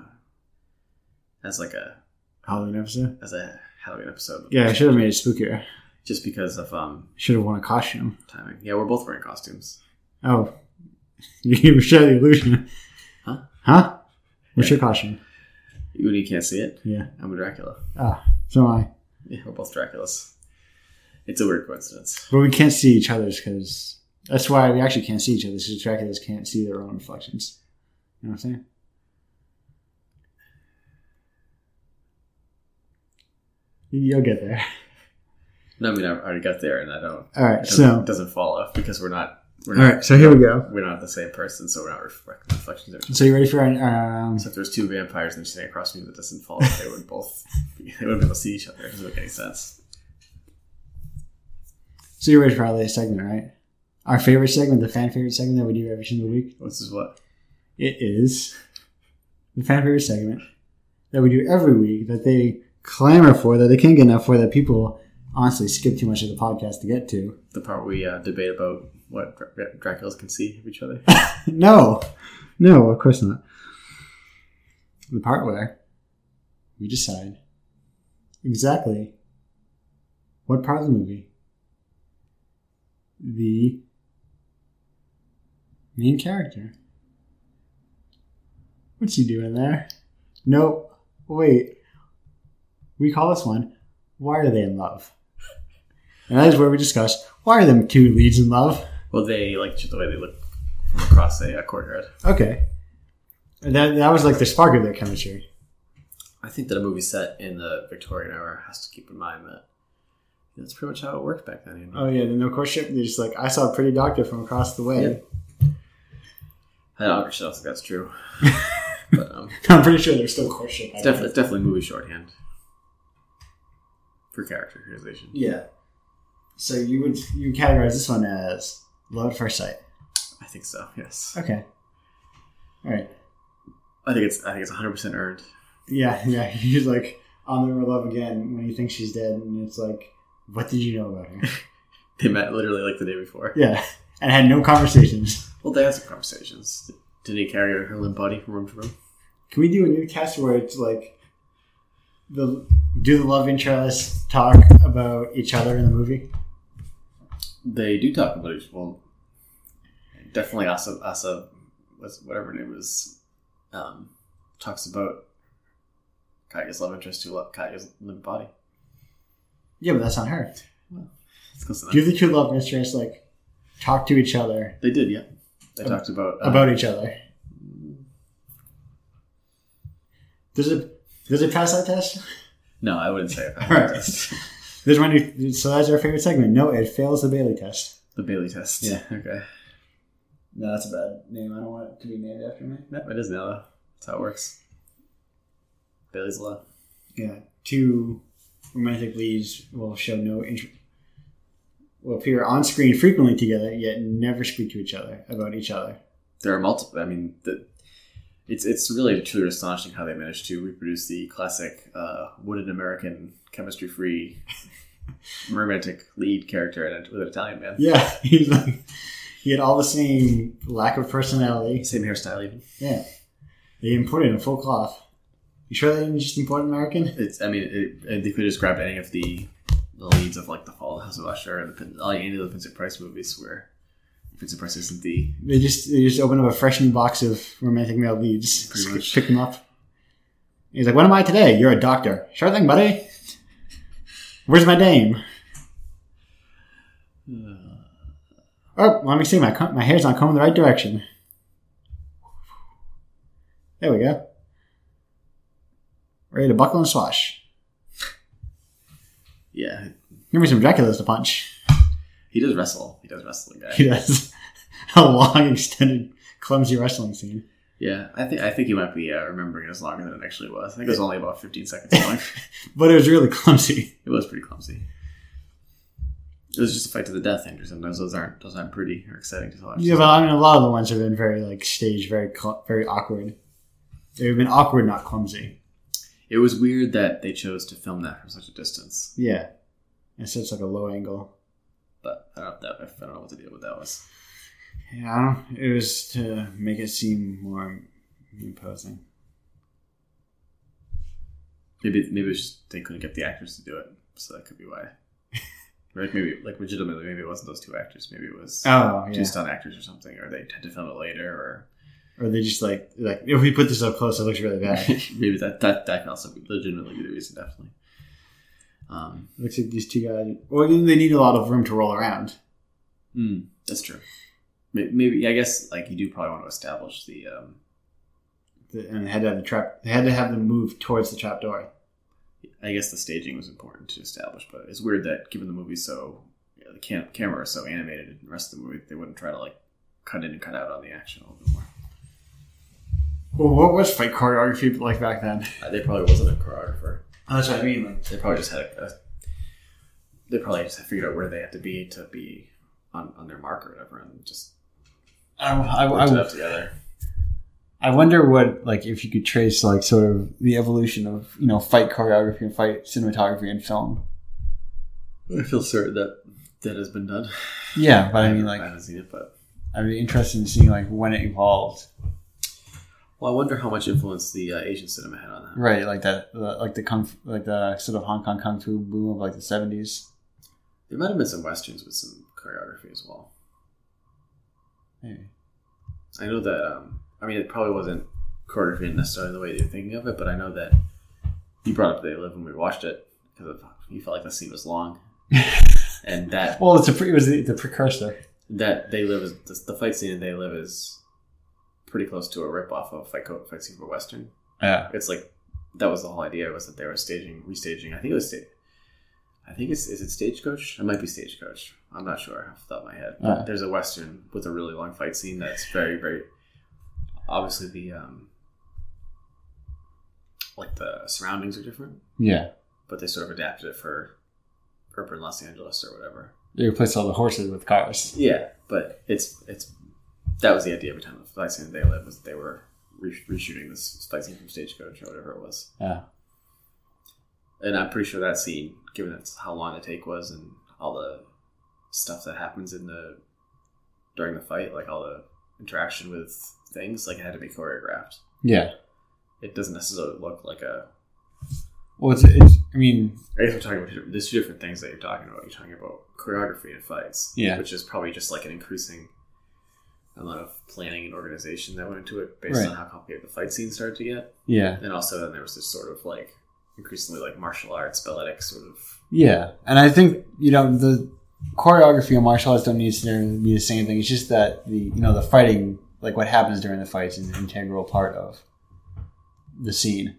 A: as like a
B: Halloween episode.
A: as a Halloween episode.
B: Yeah, I should have made it spookier.
A: Just because of um
B: Should have worn a costume.
A: timing. Yeah, we're both wearing costumes.
B: Oh, you were share the illusion.
A: Huh?
B: Huh? What's your costume?
A: You you can't see it.
B: Yeah.
A: I'm a Dracula.
B: So uh, am I.
A: Yeah, we're both Draculas. It's a weird coincidence.
B: But we can't see each other's because that's why we actually can't see each other because Draculas can't see their own reflections. You know what I'm saying? You'll get there.
A: No, I mean I already got there, and I don't.
B: All
A: It
B: right.
A: doesn't,
B: So
A: it doesn't follow because we're not. We're
B: all
A: not
B: right. So here we go.
A: We're not the same person, so we're not reflect, reflections of each other.
B: So you ready for our um,
A: So if there's two vampires and they're sitting across from me, that doesn't follow. They would both. They wouldn't be able to see each other. It doesn't make any sense.
B: So you're ready for our latest segment, right? Our favorite segment, the fan favorite segment that we do every single week.
A: This is what.
B: It is the fan favorite segment that we do every week that they clamor for, that they can't get enough for, that people honestly skip too much of the podcast to get to.
A: the part we uh, debate about what Dra- Draculas can see of each other.
B: no, no, of course not. The part where we decide exactly what part of the movie the main character. What's he doing there? No, wait. We call this one Why Are They in Love? And that is where we discuss why are them two leads in love?
A: well, they like the way they look from across a, a courtyard.
B: Okay. And That, that was like the spark of their chemistry.
A: I think that a movie set in the Victorian era has to keep in mind that that's pretty much how it worked back then. You know?
B: Oh yeah, the no courtship. They're just like, I saw a pretty doctor from across the way.
A: I don't actually don't think that's true, but um,
B: I'm pretty sure there's still courtship.
A: it's, definitely, it's definitely movie shorthand for characterization.
B: Yeah. So you would you categorize this one as love at first sight?
A: I think so. Yes,
B: Okay. All right.
A: I think it's I think it's 100 percent earned.
B: Yeah, yeah. He's like on the river love again when he thinks she's dead, and it's like, what did you know about her?
A: They met literally like the day before.
B: Yeah, and had no conversations.
A: Well, they had some conversations. Did he carry her limp body from room to room?
B: Can we do a new test where it's like the do the love interest talk about each other in the movie?
A: They do talk about it. Well, definitely Asa, Asa what's- whatever her name is, um, talks about Katya's love interest to lo- Katya's limp body.
B: Yeah, but that's not her.
A: It's close enough.
B: Do the two love interests like talk to each other
A: They did, yeah. They
B: Ab-
A: talked about uh,
B: about each other? Does it does it pass that test?
A: No, I wouldn't say it.
B: There's my new. So that's our favorite segment. No, it fails the Bailey test.
A: The Bailey test.
B: Yeah.
A: Okay.
B: No, that's a bad name. I don't want it to be named after me.
A: No, it is now though. That's how it works. Bailey's law.
B: Yeah, two romantic leads will show no interest. Will appear on screen frequently together, yet never speak to each other about each other.
A: There are multiple. I mean, the, it's it's really truly astonishing how they managed to reproduce the classic uh, wooden American chemistry-free romantic lead character in a, with an Italian man.
B: Yeah, he's like he had all the same lack of personality.
A: Same hairstyle, even.
B: Yeah, they imported a full cloth. You sure they didn't just import American?
A: It's. I mean, it, it, they could have just grabbed any of the the leads of like the Fall of the House of Usher and the, Pin- like, any of the Vincent Price movies where Vincent Price isn't the
B: They just they just opened up a fresh new box of romantic male leads.
A: Pretty
B: Just
A: much.
B: Pick them up. He's like, "What am I today? You're a doctor. Sure thing, buddy. Where's my name?
A: Uh.
B: Oh, let me see. My co- my hair's not combing the right direction. There we go. Ready to buckle and swash.
A: yeah.
B: Give me some Dracula's to punch.
A: He does wrestle. He does wrestle the guy.
B: He does a long, extended, clumsy wrestling scene.
A: Yeah, I think I think he might be uh, remembering it as longer than it actually was. I think it was only about fifteen seconds long.
B: But it was really clumsy.
A: it was pretty clumsy. It was just a fight to the death, Andrew. Sometimes those aren't those aren't pretty or exciting to watch.
B: Yeah, but I mean, a lot of the ones have been very like staged, very cl- very awkward. They've been awkward, not clumsy.
A: it was weird that they chose to film that from such a distance.
B: Yeah, and so it's like a low angle.
A: But I don't know if that I don't know what the deal with that was.
B: Yeah, I don't, it was to make it seem more imposing.
A: Maybe maybe it was just they couldn't get the actors to do it, so that could be why. like maybe like legitimately, maybe it wasn't those two actors. Maybe it was
B: Oh
A: two
B: yeah,
A: stunt actors or something, or they had to film it later, or
B: or they just like like if we put this up close, it looks really bad. it
A: maybe that that that can also be legitimately be the reason, definitely. Um,
B: looks like these two guys. Well, then they need a lot of room to roll around.
A: mm, that's true. May- Maybe yeah, I guess like you do probably want to establish the um,
B: The- And they had to have the trap. They had to have them move towards the trap door.
A: I guess the staging was important to establish, but it's weird that given the movie so you know, the cam- camera is so animated and the rest of the movie, they wouldn't try to like cut in and cut out on the action a little bit more.
B: Well, what was fight choreography like back then?
A: Uh, they probably wasn't a choreographer.
B: That's what I mean. Like,
A: They probably just had a, a- they probably just figured out where they had to be to be on, on their mark or whatever, and just
B: I, I,
A: put it up together.
B: I wonder what like if you could trace like sort of the evolution of you know fight choreography and fight cinematography in film.
A: I feel certain that that has been done.
B: Yeah, but I mean
A: I
B: like
A: haven't seen it, but
B: I'd be interested in seeing like when it evolved,
A: well, I wonder how much influence the uh, Asian cinema had on that.
B: right? Like that, the, like the kung, like the sort of Hong Kong kung fu boom of like the seventies.
A: There might have been some westerns with some choreography as well.
B: Maybe.
A: I know that. Um, I mean, it probably wasn't choreography necessarily the way you're thinking of it, but I know that you brought up "They Live" when we watched it because you felt like the scene was long, and that
B: Well, it's a pre, it was the, the precursor.
A: that they live is the, the fight scene in they live is pretty close to a rip off of fight, Co- fight scene for western
B: Yeah,
A: it's like that was the whole idea was that they were staging restaging i think it was sta- i think it's is it stagecoach it might be stagecoach i'm not sure off the top of my head But
B: Alright.
A: there's a western with a really long fight scene that's very very obviously the um like the surroundings are different
B: yeah.
A: but they sort of adapted it for urban los angeles or whatever
B: They replaced all the horses with cars.
A: yeah, but it's it's that was the idea every time the fight scene they lived was they were re- reshooting this fight scene from Stagecoach or whatever it was.
B: Yeah.
A: And I'm pretty sure that scene, given that's how long the take was and all the stuff that happens in the during the fight, like all the interaction with things, like it had to be choreographed.
B: Yeah.
A: It doesn't necessarily look like a.
B: Well, it's, it's I mean,
A: I guess we're talking about two different, there's two different things that you're talking about. You're talking about choreography and fights,
B: Yeah.
A: which is probably just like an increasing amount of planning and organization that went into it, based
B: Right.
A: on how complicated the fight scene started to get,
B: yeah,
A: and also then there was this sort of like increasingly like martial arts, balletic sort of
B: yeah, and I think you know the choreography and martial arts don't necessarily be the same thing. It's just that the you know the fighting, like what happens during the fights, is an integral part of the scene.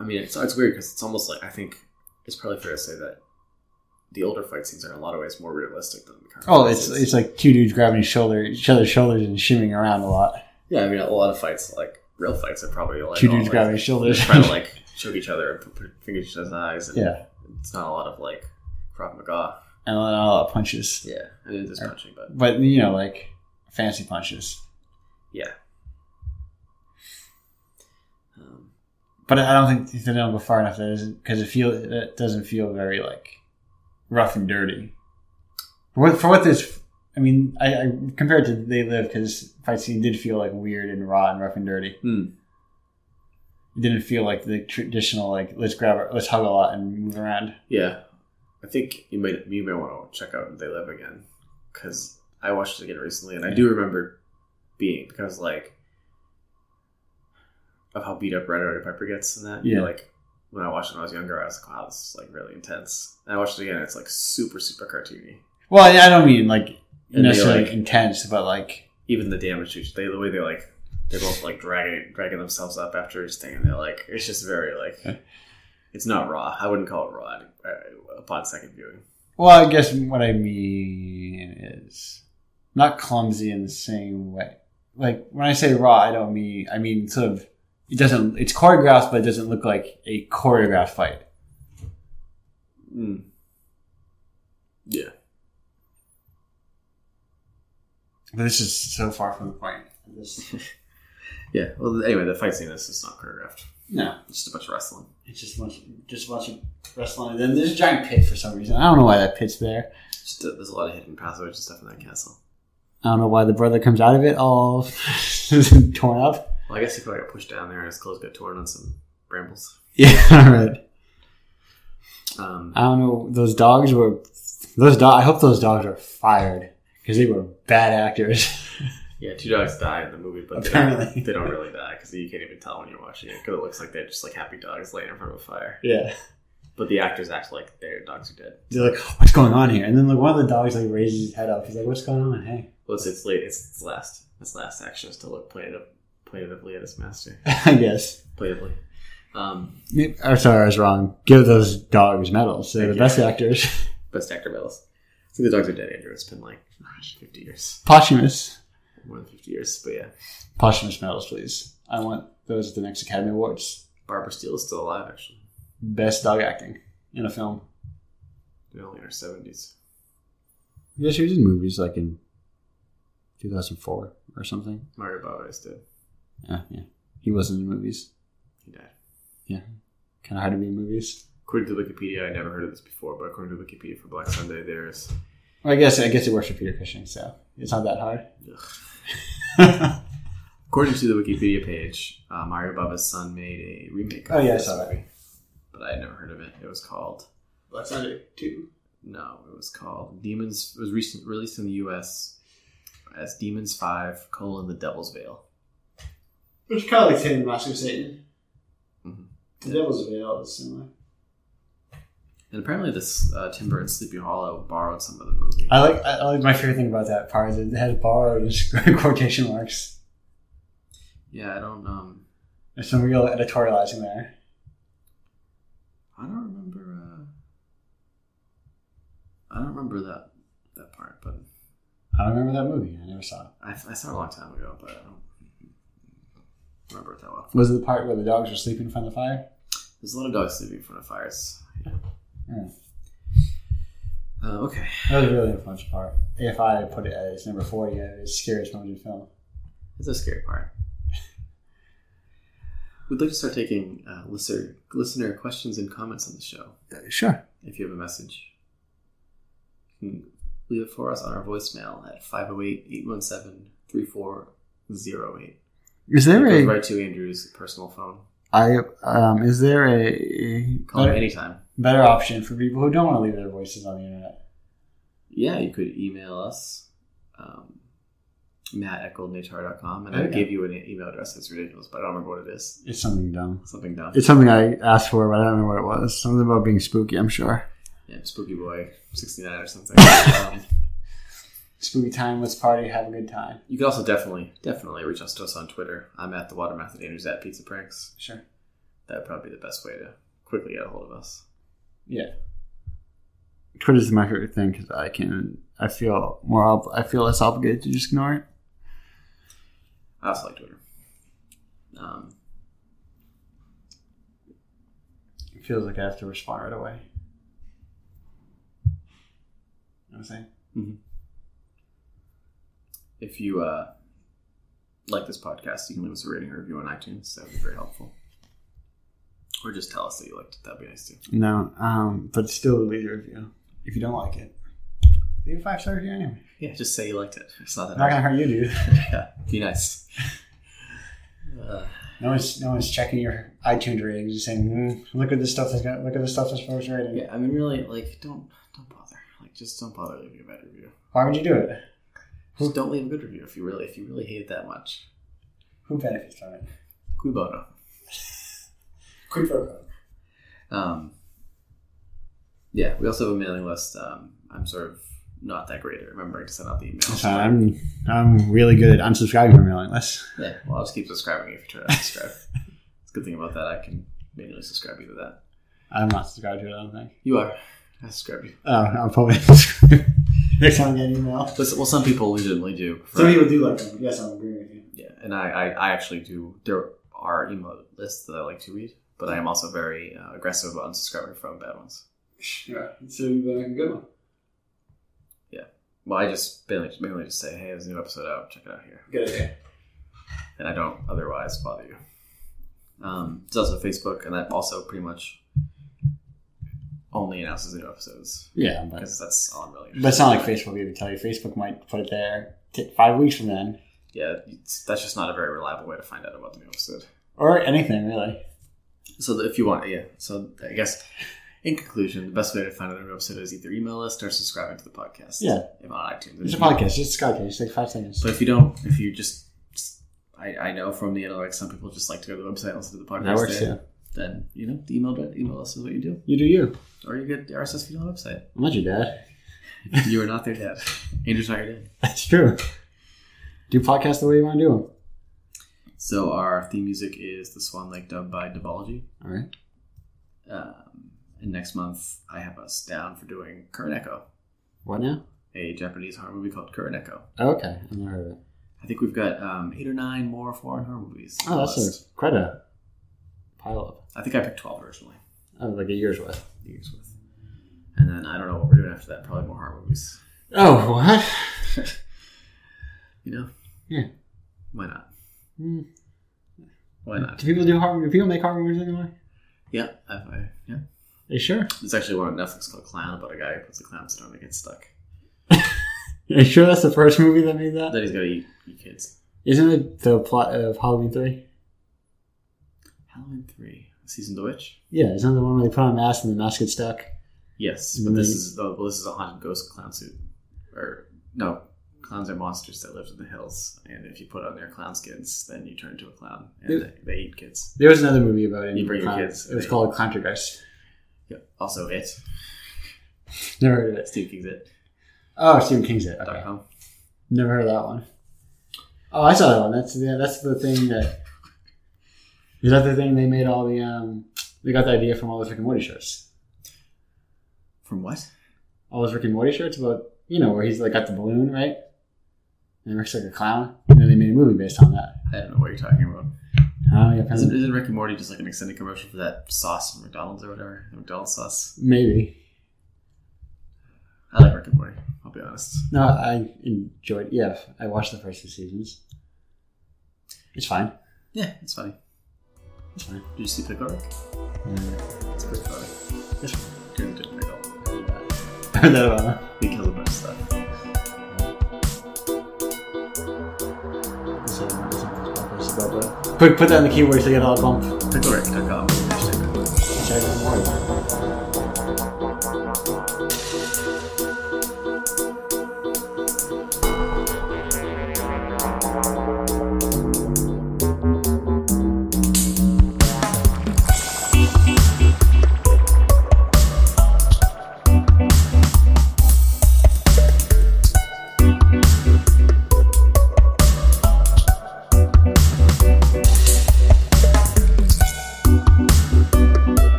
A: I mean, it's, it's weird because it's almost like I think it's probably fair to say that the older fight scenes are in a lot of ways more realistic than the current.
B: Oh,
A: fight
B: it's
A: scenes.
B: it's like two dudes grabbing each shoulder, each other's shoulders and shimmying around a lot.
A: yeah. I mean, a lot of fights like real fights are probably like
B: two
A: all,
B: dudes
A: like,
B: grabbing each shoulders.
A: trying to like choke each other and put, put fingers in each other's eyes. And
B: yeah,
A: it's not a lot of like Krav Maga.
B: and a lot- a lot of punches,
A: Yeah, I mean, just punching, but
B: but you know, like fancy punches.
A: um,
B: But I don't think they don't go far enough. That isn't because it feel that doesn't feel very like rough and dirty. For what for what this, I mean, I, I compared to They Live because fight scene did feel like weird and raw and rough and dirty.
A: Hmm.
B: It didn't feel like the traditional like let's grab our, let's hug a lot and move around.
A: yeah, I think you might you may want to check out They Live again because I watched it again recently and I do remember being because like of how beat up Red Roddy Piper gets in that.
B: Yeah.
A: Like when I watched it when I was younger, I was like, wow, this is like really intense. And I watched it again, and it's like super, super cartoony.
B: Well, I, I don't mean like
A: they,
B: necessarily
A: like-
B: intense, but like
A: Even the damage to each they the way they like they're both like dragging dragging themselves up after each thing and they're like it's just very like it's not raw. I wouldn't call it raw uh, upon second viewing.
B: well, I guess what I mean is not clumsy in the same way. Like when I say raw, I don't mean I mean sort of it doesn't it's choreographed, but it doesn't look like a choreographed fight.
A: Mm.
B: But this is so far from the point. This-
A: Yeah. Well, anyway, the fight scene is just not choreographed.
B: no,
A: It's just a bunch of wrestling.
B: it's just much, just watching wrestling. And then there's a giant pit for some reason. I don't know why that pit's there.
A: Just, uh, there's a lot of hidden passages and stuff in that castle.
B: I don't know why the brother comes out of it all torn up.
A: Well, I guess he probably got pushed down there and his clothes got torn on some brambles.
B: Yeah, all right.
A: Um,
B: I don't know. Those dogs were those dog. I hope those dogs are fired because they were bad actors.
A: yeah, two dogs die in the movie, but they
B: Apparently.
A: don't, they don't really die because you can't even tell when you're watching it because it looks like they're just like happy dogs laying in front of a fire.
B: yeah,
A: But the actors act like their dogs are dead.
B: they're like, what's going on here? And then like one of the dogs like raises his head up. He's like, what's going on? Hey,
A: Well, it's, it's late. It's, it's last. Its last action is to look plaintive, plaintively at his master.
B: I guess.
A: Plaintively. Um,
B: Maybe- I'm sorry, I was wrong. Give those dogs medals. They're the
A: Yeah.
B: best actors.
A: best actor medals. I think the dogs are dead, Andrew. It's been like 50 years.
B: Posthumous,
A: more than 50 years. But yeah,
B: posthumous medals, please. I want those at the next Academy Awards.
A: Barbara Steele is still alive, actually.
B: Best dog acting in a film.
A: They're only in her 70s.
B: Yeah, she was in movies like in 2004 or something.
A: Mario Bava is dead.
B: Yeah, yeah. He wasn't in movies.
A: He died.
B: Kind of hard to be in movies.
A: According to Wikipedia, I never heard of this before, but according to Wikipedia for Black Sunday, there's.
B: Well, I guess I guess it works for Peter Cushing, so it's not that hard.
A: According to the Wikipedia page, uh, Mario Bava's son made a remake.
B: Oh, yeah, I
A: this
B: saw that.
A: movie, But I had never heard of it. It was called.
B: Black Sunday two.
A: No, it was called Demons. It was recent, released in the U.S. as Demons 5, colon, The Devil's Veil.
B: Which kind of like Satan, Mask of Satan.
A: Mhm.
B: The Devil's Veil is similar.
A: And apparently this uh, Timber and Sleepy Hollow borrowed some of the movie.
B: I like. I, I like my favorite thing about that part is it has borrowed and quotation marks.
A: yeah, I don't... um.
B: There's some real editorializing there.
A: I don't remember. Uh, I don't remember that that part, but
B: I don't remember that movie. I never saw it.
A: I, I saw it a long time ago, but I don't remember it that well.
B: Was it the part where the dogs were sleeping in front of the fire?
A: There's a lot of dogs sleeping in front of fires. Yeah. Uh, okay.
B: That was really a fun part. If I put it as number four, yeah, it's scariest moment in film.
A: It's a scary part. We'd like to start taking uh, listener listener questions and comments on the show.
B: Sure.
A: If you have a message, you can leave it for us on our voicemail at 508-817-3408.
B: Is there
A: Goes
B: a
A: right to Andrew's personal phone.
B: I um is there a
A: Call him
B: better,
A: anytime.
B: better option for people who don't want to leave their voices on the internet?
A: Yeah, you could email us, um, matt at goldenhr.com. And
B: Oh,
A: I
B: yeah.
A: gave you an e-, email address that's ridiculous, but I don't remember what it is.
B: It's something dumb.
A: Something dumb.
B: It's something I asked for, but I don't know what it was. Something about being spooky, I'm sure.
A: yeah, Spooky Boy 69 or something. um,
B: Spooky time, let's party, have a good time.
A: you could also definitely, definitely reach out to us on Twitter. I'm at the Water Mouth and Andrew's at Pizza Pranks.
B: Sure.
A: That would probably be the best way to quickly get a hold of us.
B: Twitter's my favorite thing because I can. I feel more. Ob- I feel less obligated to just ignore it.
A: I also like Twitter. Um,
B: It feels like I have to respond right away. You know what I'm saying?
A: if you uh, like this podcast, you can leave us a rating or review on iTunes. That would be very helpful. Or just tell us that you liked it. That'd be nice too.
B: No, um, but still leave a review if you don't like it. Leave a five star review anyway.
A: Yeah, just say you liked it. It's not that
B: I'm not
A: hard.
B: gonna hurt you, dude.
A: yeah, be nice. Uh,
B: No one's no one's checking your iTunes ratings and saying, mm, "Look at this stuff that's got. Look at the stuff that's first rating."
A: yeah, I mean, really, like, don't don't bother. Like, just don't bother leaving a bad review.
B: Why would you do it?
A: Just don't leave a good review if you really if you really hate it that much.
B: Who benefits from it?
A: Cui bono.
D: Quick pro quo.
A: Um, yeah, we also have a mailing list. Um, I'm sort of not that great at remembering to send out the emails.
B: So I'm I'm really good at unsubscribing from mailing lists.
A: Yeah, well, I'll just keep subscribing if you try to unsubscribe. it's a good thing about that. I can manually subscribe you to that.
B: I'm not subscribed to it. I don't think.
A: You are. I subscribe you.
B: Oh, I'll probably subscribe next time I get an email.
A: But s- Well, some people legitimately do.
D: Some people do like them. Yes, I'm agreeing with you.
A: Yeah, and I, I, I actually do. There are email lists that I like to read, but I am also very uh, aggressive about unsubscribing from bad ones.
D: Yeah. So you better make a good one.
A: Well, I just mainly, mainly just say, hey, there's a new episode out. Check it out here.
D: Good idea.
A: and I don't otherwise bother you. Um, it's also Facebook, and that also pretty much only announces new episodes
B: Yeah, but
A: because that's all I'm really.
B: but it's not like Facebook either. Tell you, Facebook might put it there t- five weeks from then,
A: yeah, it's, that's just not a very reliable way to find out about the new episode.
B: or anything really.
A: So if you want, yeah. So I guess in conclusion, the best way to find out a new episode is either email us or subscribing to the podcast.
B: Yeah.
A: if on iTunes.
B: It's a
D: Mm-hmm.
B: podcast. Just Skype. It's like five seconds.
A: But if you don't, if you just, I, I know from the analytics, some people just like to go to the website and listen to the podcast.
B: That works
A: there.
B: too.
A: Then you know, the email email us is what you do,
B: You do you.
A: or you get the RSS feed on the website.
B: I'm not your dad.
A: You are not their dad. Andrew's not your dad.
B: That's true. Do podcasts the way you want to do them.
A: So our theme music is the Swan Lake dub by Devology.
B: All right.
A: Um, and next month I have us down for doing Current Echo,
B: What now?
A: a Japanese horror movie called Current Echo.
B: Oh, okay. I've never heard of it.
A: I think we've got um, eight or nine more foreign horror movies. on
B: Oh,
A: the
B: that's
A: list.
B: a, quite a pile up.
A: I think I picked twelve originally.
B: Oh, like a year's worth.
A: Years with. And then I don't know what we're doing after that. Probably more horror movies.
B: Oh, what?
A: You know?
B: Yeah.
A: Why not?
B: Hmm.
A: Why not?
B: Do people do horror? Do people make horror movies anymore?
A: Yeah. I, I, yeah.
B: Are you sure?
A: There's actually one on Netflix called Clown about a guy who puts a clown's on and gets stuck.
B: Are you sure that's the first movie that made that?
A: Then he's gonna eat, eat kids.
B: Isn't it the plot of Halloween three?
A: Halloween three, season of the witch.
B: Yeah, isn't that the one where they put on a mask and the mask gets stuck?
A: Yes, but this
B: Mhm.
A: is oh, well, this is a haunted ghost clown suit, or no, clowns are monsters that lived in the hills, and if you put on their clown skins, then you turn into a clown and
B: Yeah.
A: they, they eat kids.
B: There was another movie about it.
A: You bring your kids.
B: It was called Controversy.
A: Yeah. Also, it
B: Never heard of it.
A: Steve King's it.
B: Oh, Stephen King's it.
A: dot
B: Okay.
A: com.
B: Never heard of that one. Oh, I saw that one. That's the that's the thing that is that the thing they made all the um they got the idea from all those Rick and Morty shirts.
A: From what?
B: All those Rick and Morty shirts about you know where he's like got the balloon right, and Rick's like a clown, and then they made a movie based on that.
A: I don't know what you're talking about.
B: Oh yeah,
A: Isn't, isn't Rick and Morty just like an extended commercial for that sauce from McDonald's or whatever? The McDonald's sauce.
B: maybe.
A: I like Rick and Morty. I'll be honest.
B: No, I enjoyed. Yeah, I watched the first two seasons. It's fine.
A: Yeah, it's funny.
B: It's fine.
A: Did you see Pickle Rick? It's pretty funny. It's Didn't pickle.
B: I heard that about
A: He kills a bunch of stuff. Hopefully.
B: Put put that in the keywords to get all bump.
A: Picklerec.com.